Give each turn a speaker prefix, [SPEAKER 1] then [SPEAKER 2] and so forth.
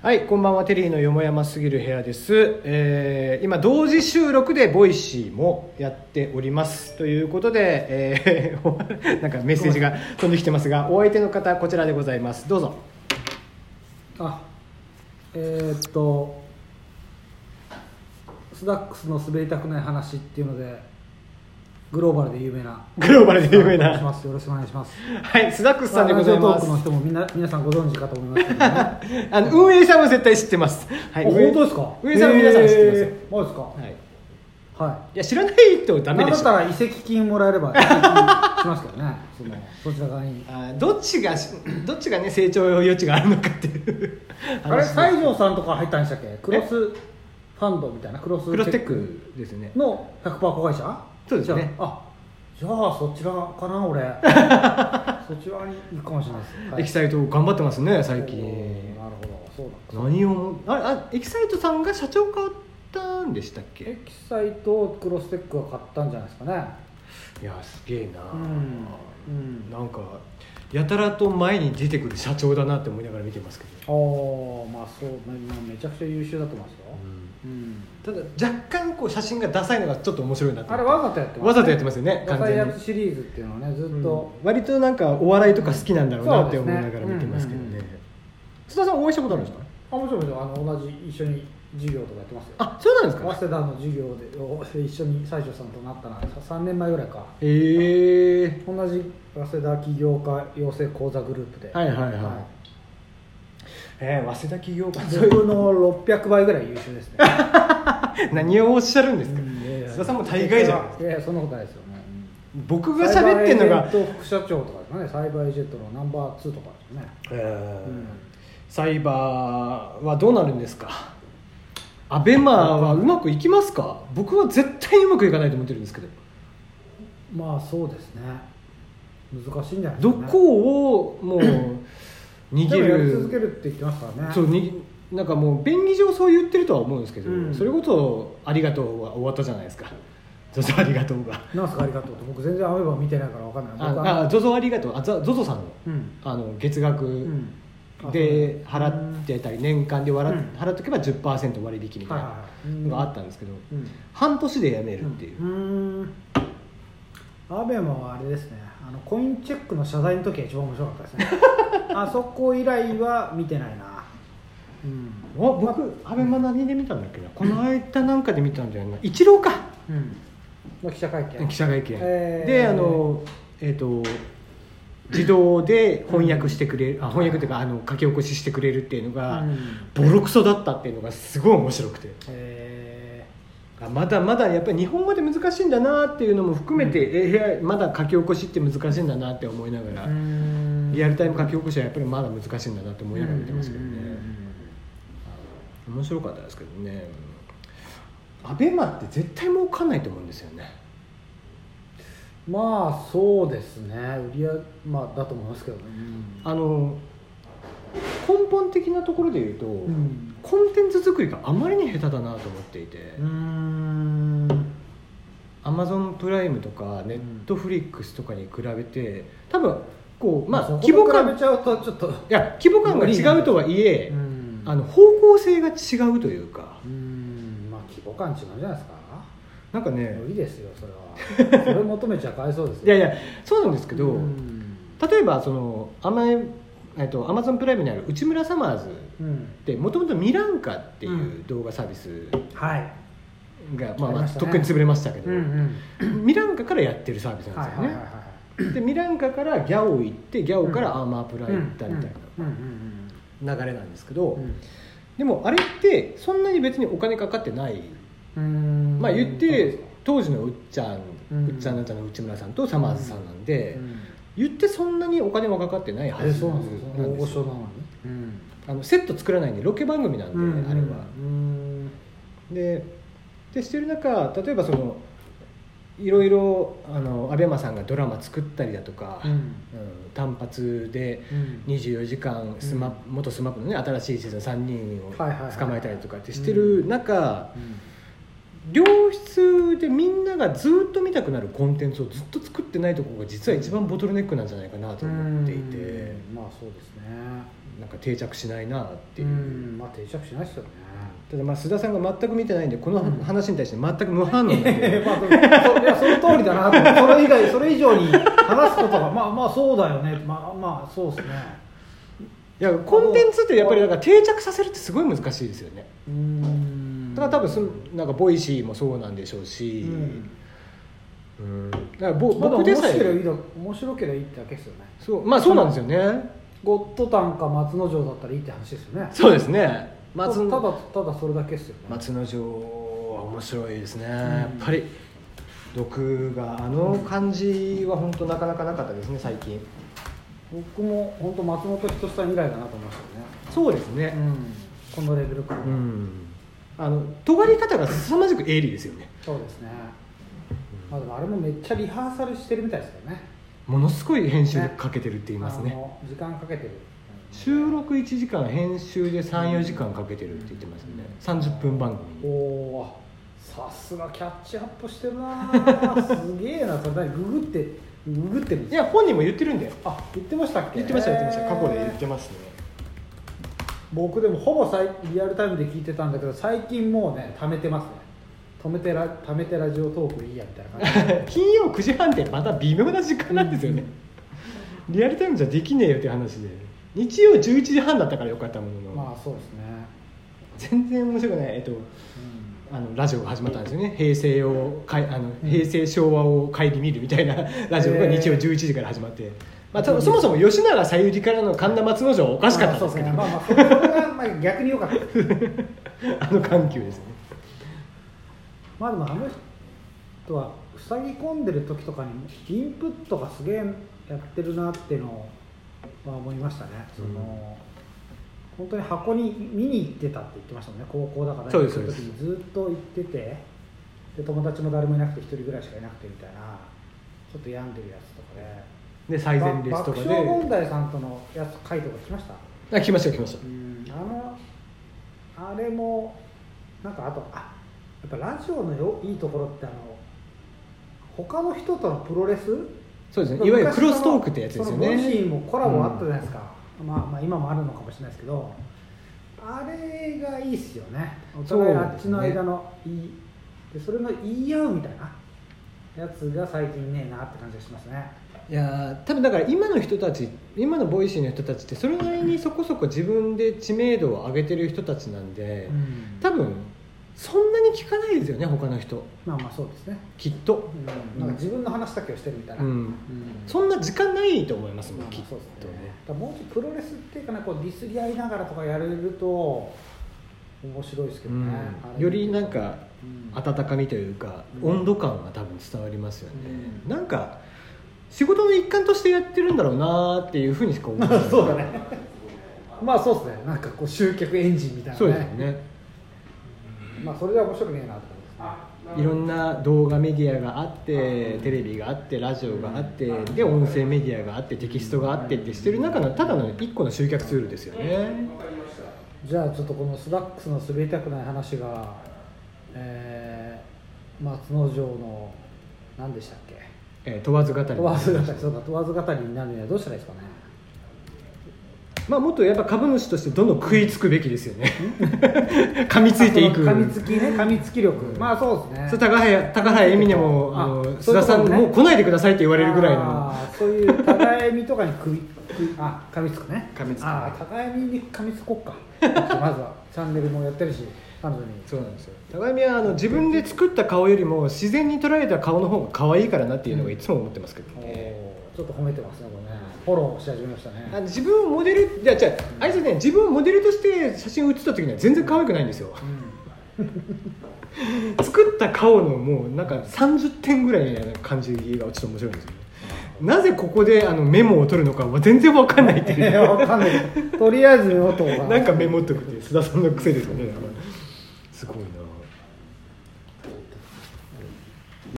[SPEAKER 1] はい、こんばんは、テリーのよもやますぎる部屋です。えー今、同時収録でボイシーもやっております。ということで、えー なんかメッセージが飛んできてますが、お相手の方、こちらでございます。どうぞ。
[SPEAKER 2] あえーっとスダックスの滑りたくない話っていうのでグローバルで有名な
[SPEAKER 1] グローバルで有名
[SPEAKER 2] お願いし
[SPEAKER 1] な。
[SPEAKER 2] ますよろしくお願いします
[SPEAKER 1] はい、スダックスさんでござい
[SPEAKER 2] まあ
[SPEAKER 1] ま
[SPEAKER 2] ラジ
[SPEAKER 1] す
[SPEAKER 2] オトーク。の人もみんな皆さんご存知かと思いますけどね、は
[SPEAKER 1] あの運営さんは絶対知ってます。はい、
[SPEAKER 2] 本当ですか
[SPEAKER 1] 運営さんは皆さん知ってますよ。
[SPEAKER 2] えーマジですかは
[SPEAKER 1] はい。
[SPEAKER 2] い、
[SPEAKER 1] いや、知らないとダメ
[SPEAKER 2] なん
[SPEAKER 1] で
[SPEAKER 2] だっ
[SPEAKER 1] したょ。
[SPEAKER 2] ら移籍金もらえれば移籍金しますけどねそのそちら側に
[SPEAKER 1] あどっちが、どっちがね、成長余地があるのかっていう
[SPEAKER 2] あれ
[SPEAKER 1] 話です。
[SPEAKER 2] 西条さんとか入ったんでしたっけクロスファンドみたいなクロス
[SPEAKER 1] クロステックですね。
[SPEAKER 2] の100%子会社
[SPEAKER 1] そうですね
[SPEAKER 2] じゃああじゃあそちらか な俺そちらに行くかもしれないです、
[SPEAKER 1] エキサイト頑張ってますね最近
[SPEAKER 2] おーなるほどそうだ
[SPEAKER 1] 何をああエキサイトさんが社長変わったんでしたっ
[SPEAKER 2] エ
[SPEAKER 1] け
[SPEAKER 2] キサイトクロステックが買ったんじゃないですかね
[SPEAKER 1] いやすげえな、
[SPEAKER 2] うん、うん、
[SPEAKER 1] なんかやたらと前に出てくる社長だなって思いながら見てますけど、
[SPEAKER 2] おーまあそう、まあ、めちゃくちゃ優秀だと思いますよ、うん
[SPEAKER 1] ただ若干こう写真がダサいのがちょっと面白いなって
[SPEAKER 2] あれわざとやってます、
[SPEAKER 1] わざとやってますよね
[SPEAKER 2] ダサいや
[SPEAKER 1] 完全
[SPEAKER 2] つシリーズっていうのはねずっと、
[SPEAKER 1] うん割となんかお笑いとか好きなんだろうなって
[SPEAKER 2] そう
[SPEAKER 1] 思
[SPEAKER 2] で
[SPEAKER 1] い
[SPEAKER 2] すね
[SPEAKER 1] ながら見てますけど
[SPEAKER 2] うん
[SPEAKER 1] ね
[SPEAKER 2] うんうん
[SPEAKER 1] 須田さんお会いしたことあるんですか
[SPEAKER 2] あもちろんもちろんあの同じ一緒に授業とかやってますよ
[SPEAKER 1] あそうなんです
[SPEAKER 2] 早
[SPEAKER 1] か
[SPEAKER 2] 稲田の授業でお一緒に西条さんとなったのは3年前ぐらいか
[SPEAKER 1] へえ
[SPEAKER 2] 同じ早稲田起業家養成講座グループで、
[SPEAKER 1] はいはいはい
[SPEAKER 2] は
[SPEAKER 1] えー、早稲田企業家
[SPEAKER 2] い僕の600倍ぐらい優秀ですね
[SPEAKER 1] 何をおっしゃるん ですか、須田さんも大概じゃないですか
[SPEAKER 2] いやいやそんなことないですよね
[SPEAKER 1] 僕が喋ってんのが
[SPEAKER 2] サイバーエージェント副社長とかですかねサイバーエージェントのナンバー2とかですね、
[SPEAKER 1] えー
[SPEAKER 2] うん
[SPEAKER 1] サイバーはどうなるんですかアベマはうまくいきますか僕は絶対にうまくいかないと思ってるんですけど
[SPEAKER 2] まあそうですね難しいんじゃないで
[SPEAKER 1] ど
[SPEAKER 2] すか、ね、
[SPEAKER 1] こをもう逃げ
[SPEAKER 2] でもやり続け
[SPEAKER 1] る
[SPEAKER 2] るって言ってますからね
[SPEAKER 1] そうになんかもう便宜上そう言ってるとは思うんですけど、
[SPEAKER 2] うん
[SPEAKER 1] それこそ「ありがとう」は終わったじゃないですか「ゾゾありがとうが」
[SPEAKER 2] なんすかありがとうと僕全然アメーバ見てないから分かんない僕
[SPEAKER 1] あ
[SPEAKER 2] は
[SPEAKER 1] あ「ゾゾありがとう」あゾゾゾさんの
[SPEAKER 2] うん
[SPEAKER 1] あの月額、
[SPEAKER 2] うんあ
[SPEAKER 1] で
[SPEAKER 2] そうなんだ
[SPEAKER 1] 払ってたり年間で払っ
[SPEAKER 2] うん
[SPEAKER 1] 払っとけば10%割引みたい
[SPEAKER 2] はいは
[SPEAKER 1] ない
[SPEAKER 2] はい
[SPEAKER 1] のがあったんですけど
[SPEAKER 2] うん
[SPEAKER 1] 半年で辞めるっていう
[SPEAKER 2] う、んんアベマはあれですねあのコインチェックの謝罪の時が一番面白かったです ねあそこ以来は見てないなうん
[SPEAKER 1] あ僕アベマ何で見たんだっけなこの間なんかで見たんじゃないな一郎か
[SPEAKER 2] うんの記者会見
[SPEAKER 1] 記者会見、
[SPEAKER 2] えー
[SPEAKER 1] であのえっ、と自動で翻訳してくれるあ翻訳というかあの書き起こししてくれるっていうのが、
[SPEAKER 2] うん
[SPEAKER 1] ボロクソだったっていうのがすごい面白くて
[SPEAKER 2] え
[SPEAKER 1] あまだまだやっぱり日本語で難しいんだなっていうのも含めて、AI まだ書き起こしって難しいんだなって思いながら、
[SPEAKER 2] ーうん
[SPEAKER 1] リアルタイム書き起こしはやっぱりまだ難しいんだなって思いながら見てますけどね、
[SPEAKER 2] うんうんうん
[SPEAKER 1] 面白かったですけどねアベマって絶対儲かんないと思うんですよね
[SPEAKER 2] うんまあそうですね売り上まあだと思いますけどね
[SPEAKER 1] あの根本的なところで言うと、
[SPEAKER 2] うん
[SPEAKER 1] コンテンツ作りがあまりに下手だなと思っていて、
[SPEAKER 2] うん
[SPEAKER 1] アマゾンプライムとかネットフリックスとかに比べて多分こうまあ
[SPEAKER 2] そこ
[SPEAKER 1] 規模
[SPEAKER 2] と比
[SPEAKER 1] 感
[SPEAKER 2] べちゃうとちょっと
[SPEAKER 1] いや規模感が違うとはいえ、
[SPEAKER 2] ん
[SPEAKER 1] あの方向性が違うというか
[SPEAKER 2] うんまあ規模感違うんじゃないですか
[SPEAKER 1] なんかね
[SPEAKER 2] 無理ですよそれ はそれ求めちゃかわいそうですよ
[SPEAKER 1] いやいやそうなんですけど、
[SPEAKER 2] うん
[SPEAKER 1] 例えばそのアマ,、えっと、アマゾンプライムにある内村サマーズ
[SPEAKER 2] うん
[SPEAKER 1] ってもともとミランカっていうう動画サービス
[SPEAKER 2] はい
[SPEAKER 1] が、まあ
[SPEAKER 2] あり
[SPEAKER 1] まあ
[SPEAKER 2] ました
[SPEAKER 1] と
[SPEAKER 2] ね
[SPEAKER 1] っくに潰れましたけど、
[SPEAKER 2] うんうん
[SPEAKER 1] ミランカからやってるサービスなん
[SPEAKER 2] はい
[SPEAKER 1] で
[SPEAKER 2] はいはいは
[SPEAKER 1] すよねでミランカからギャオ行ってギャオから
[SPEAKER 2] うん
[SPEAKER 1] アーマープラ
[SPEAKER 2] い
[SPEAKER 1] 行ったみたい
[SPEAKER 2] うんうん
[SPEAKER 1] な流れなんですけど、
[SPEAKER 2] うん
[SPEAKER 1] でもあれってそんなに別にお金かかってない、
[SPEAKER 2] うんうん
[SPEAKER 1] まあ言っ
[SPEAKER 2] そうで
[SPEAKER 1] て
[SPEAKER 2] すか
[SPEAKER 1] 当時のうっちゃん、う
[SPEAKER 2] うん
[SPEAKER 1] っちゃんなんちゃんの内村さんとサマーズさんなんで、
[SPEAKER 2] うん
[SPEAKER 1] 言ってそんなにお金はかかってないは
[SPEAKER 2] え
[SPEAKER 1] ず
[SPEAKER 2] そう
[SPEAKER 1] な
[SPEAKER 2] なんん
[SPEAKER 1] で
[SPEAKER 2] で
[SPEAKER 1] すよ
[SPEAKER 2] すかその大御所なのにうん
[SPEAKER 1] あのセット作らないんでロケ番組なんで、あれは
[SPEAKER 2] うん
[SPEAKER 1] ででしてる中例えばそのいろいろあの ABEMA さんがドラマ作ったりだとか、
[SPEAKER 2] う
[SPEAKER 1] うん
[SPEAKER 2] ん
[SPEAKER 1] 単発で
[SPEAKER 2] うん
[SPEAKER 1] 24時間スマ、元 SMAP のね新しいシーズン3人を
[SPEAKER 2] はいはいはい
[SPEAKER 1] 捕まえたりとかってしてる中、
[SPEAKER 2] うん
[SPEAKER 1] 良質でみんながずっと見たくなるコンテンツをずっと作ってないところが実は一番ボトルネックなんじゃないかなと思っていて
[SPEAKER 2] うんまあそうですね
[SPEAKER 1] なんか定着しないなっていううん
[SPEAKER 2] まあ定着しないですよね
[SPEAKER 1] ただまあ須田さんが全く見てないんでこの
[SPEAKER 2] うん
[SPEAKER 1] 話に対して全く無反応なん で
[SPEAKER 2] まあ、でもそいやその通りだなと思ってそれ以外それ以上に話すことがまあまあそうだよねまあまあそうですね
[SPEAKER 1] いやコンテンツってやっぱりなんか定着させるってすごい難しいですよね
[SPEAKER 2] うん
[SPEAKER 1] だから多分そのなんかボイシーもそうなんでしょうし、
[SPEAKER 2] うん
[SPEAKER 1] うんだからぼ
[SPEAKER 2] まあでも
[SPEAKER 1] 僕で
[SPEAKER 2] 面
[SPEAKER 1] さ
[SPEAKER 2] 白ければいい
[SPEAKER 1] え
[SPEAKER 2] だ面白ければいいってだけですよね
[SPEAKER 1] そうまあそうなんですよね
[SPEAKER 2] ゴッドタンか松之丞だったらいいって話ですよね
[SPEAKER 1] そうですね松
[SPEAKER 2] たた
[SPEAKER 1] の
[SPEAKER 2] だただそれだけですよね
[SPEAKER 1] 松之丞は面白いですね、やっぱり毒があの感じは本当なかなかなかったですね最近
[SPEAKER 2] 僕も本当松本人志さん以来だなと思いまし
[SPEAKER 1] そうです
[SPEAKER 2] た
[SPEAKER 1] ね
[SPEAKER 2] ね、このレベルから、
[SPEAKER 1] うん、あの尖り方が凄まじく鋭利ですよね
[SPEAKER 2] そうですね、まあ、でもあれもめっちゃリハーサルしてるみたいですよね
[SPEAKER 1] ものすごい編集でかけてるって言いますね
[SPEAKER 2] あの時間かけてる
[SPEAKER 1] 収録1時間編集で34時間かけてるって言ってますね30分番組
[SPEAKER 2] おおさすがキャッチアップしてるな ーすげえなそれ何ググってググってるん
[SPEAKER 1] い
[SPEAKER 2] ですか
[SPEAKER 1] や本人も言ってるんだよ
[SPEAKER 2] あ言ってましたっけ
[SPEAKER 1] 言ってました言ってました過去で言っててますね
[SPEAKER 2] 僕でもほぼさいリアルタイムで聞いてたんだけど最近もうね貯めてますね貯めてラ貯めてラジオトークいいやみたいな感 じ
[SPEAKER 1] 金曜9時半ってまた微妙な時間なんですよねリアルタイムじゃできねえよって話で日曜11時半だったからよかったもの の、
[SPEAKER 2] まあそうですね、
[SPEAKER 1] 全然面白くないえっと
[SPEAKER 2] うん
[SPEAKER 1] あのラジオが始まったんですよね平成をかいあの平成昭和を顧みるみ たいなラジオが日曜11時から始まって、まあ、たそもそも吉永小百合からの神田松之丞はおかしかったんですけど
[SPEAKER 2] まあまあそうですねまあまあそれがまあ逆に良かったです
[SPEAKER 1] あの緩急ですね
[SPEAKER 2] まあでもあの人は塞ぎ込んでる時とかにインプットがすげえやってるなっていうのは思いましたね、そ
[SPEAKER 1] うん
[SPEAKER 2] の本当に箱に見に行ってたって言ってましたもんね高校だから
[SPEAKER 1] そうです
[SPEAKER 2] の時にずっと行っててで友達も誰もいなくて一人ぐらいしかいなくてみたいなちょっと病んでるやつとか
[SPEAKER 1] で
[SPEAKER 2] で
[SPEAKER 1] 最前列とか
[SPEAKER 2] ば
[SPEAKER 1] で
[SPEAKER 2] 爆笑問題さんとのやつ回とかしました
[SPEAKER 1] あ来ました来ました
[SPEAKER 2] うんあのあれもなんかあとあやっぱラジオのよいいところってあの他の人とのプロレス
[SPEAKER 1] そうですねいわゆるクロストークってやつですよ
[SPEAKER 2] そのボイシ
[SPEAKER 1] ね
[SPEAKER 2] ーもコラボあったじゃないですか、まあ、まあ今もあるのかもしれないですけどあれがいいっすよねお互いあっちの間のいいでそれの言い合うみたいなやつが最近ねえなって感じがしますね
[SPEAKER 1] いやー多分だから今の人たち今のボイシーの人たちってそれなりにそこそこ自分で知名度を上げてる人たちなんで、多分そんなに聞かないですよね他の人
[SPEAKER 2] まあまあそうですね、
[SPEAKER 1] きっと、
[SPEAKER 2] うん、なんか自分の話だけをしてるみたいな、
[SPEAKER 1] うん、
[SPEAKER 2] うん
[SPEAKER 1] そんな時間ないと思いますも
[SPEAKER 2] ま
[SPEAKER 1] ん
[SPEAKER 2] あまあ
[SPEAKER 1] きっ
[SPEAKER 2] そうです
[SPEAKER 1] と
[SPEAKER 2] ね
[SPEAKER 1] ね
[SPEAKER 2] だからもうちょっとプロレスっていうかなこうディスり合いながらとかやれると面白いですけ
[SPEAKER 1] う
[SPEAKER 2] ど
[SPEAKER 1] ん
[SPEAKER 2] ね、あれ
[SPEAKER 1] よりなんか
[SPEAKER 2] うん
[SPEAKER 1] 温かみというか、
[SPEAKER 2] うん
[SPEAKER 1] 温度感が多分伝わりますよね、
[SPEAKER 2] うん
[SPEAKER 1] なんか仕事の一環としてやってるんだろうなーっていうふうにしか思わない
[SPEAKER 2] そうだねまあそうですねなんかこう集客エンジンみたいなね
[SPEAKER 1] そうですよね
[SPEAKER 2] まあそれでは面白くねえなって
[SPEAKER 1] いろんな動画メディアがあってテレビがあってラジオがあってで音声メディアがあってテキストがあってってしてる中のただの一個の集客ツールですよね
[SPEAKER 2] じゃあちょっとこのスラックスの滑りたくない話がえー、松之丞の何でしたっけ
[SPEAKER 1] えー問わず語り
[SPEAKER 2] 問わず語りそうだ問わず語りになるにはどうしたらいいですかね
[SPEAKER 1] まあもっとやっぱ株主としてどんどん食いつくべきですよね噛みついていく
[SPEAKER 2] 噛みつきね噛みつき力、
[SPEAKER 1] うん
[SPEAKER 2] まあそうですね
[SPEAKER 1] それ高橋高橋恵美にも
[SPEAKER 2] あ
[SPEAKER 1] あの
[SPEAKER 2] そ
[SPEAKER 1] 須
[SPEAKER 2] ういう
[SPEAKER 1] 田
[SPEAKER 2] ことね
[SPEAKER 1] さん、もう来ないでくださいって言われるぐらいの
[SPEAKER 2] あーそういう互いみとかに首首あ噛みつくね
[SPEAKER 1] 噛みつく
[SPEAKER 2] ああ互いみに噛みつ こっかまずはチャンネルもやってるし彼女に
[SPEAKER 1] そうなんですよ高見はあの自分で作った顔よりも自然に捉えた顔の方が可愛いからなっていうのがいつも思ってますけど
[SPEAKER 2] お
[SPEAKER 1] ね、
[SPEAKER 2] ーちょっと褒めてますねこれねフォローし始めました
[SPEAKER 1] あの
[SPEAKER 2] ね
[SPEAKER 1] 自分をモデルじゃあじゃああれですね自分をモデルとして写真を写った時には全然可愛くないんですよ作った顔のもうなんか30点ぐらいの感じがちょっと面白いんですよねなぜここであのメモを取るのかは全然わかんないって
[SPEAKER 2] い
[SPEAKER 1] いう
[SPEAKER 2] やわかん ないとりあえず音が
[SPEAKER 1] なんかメモっとくっていう須田さんの癖ですよねなんかすごいな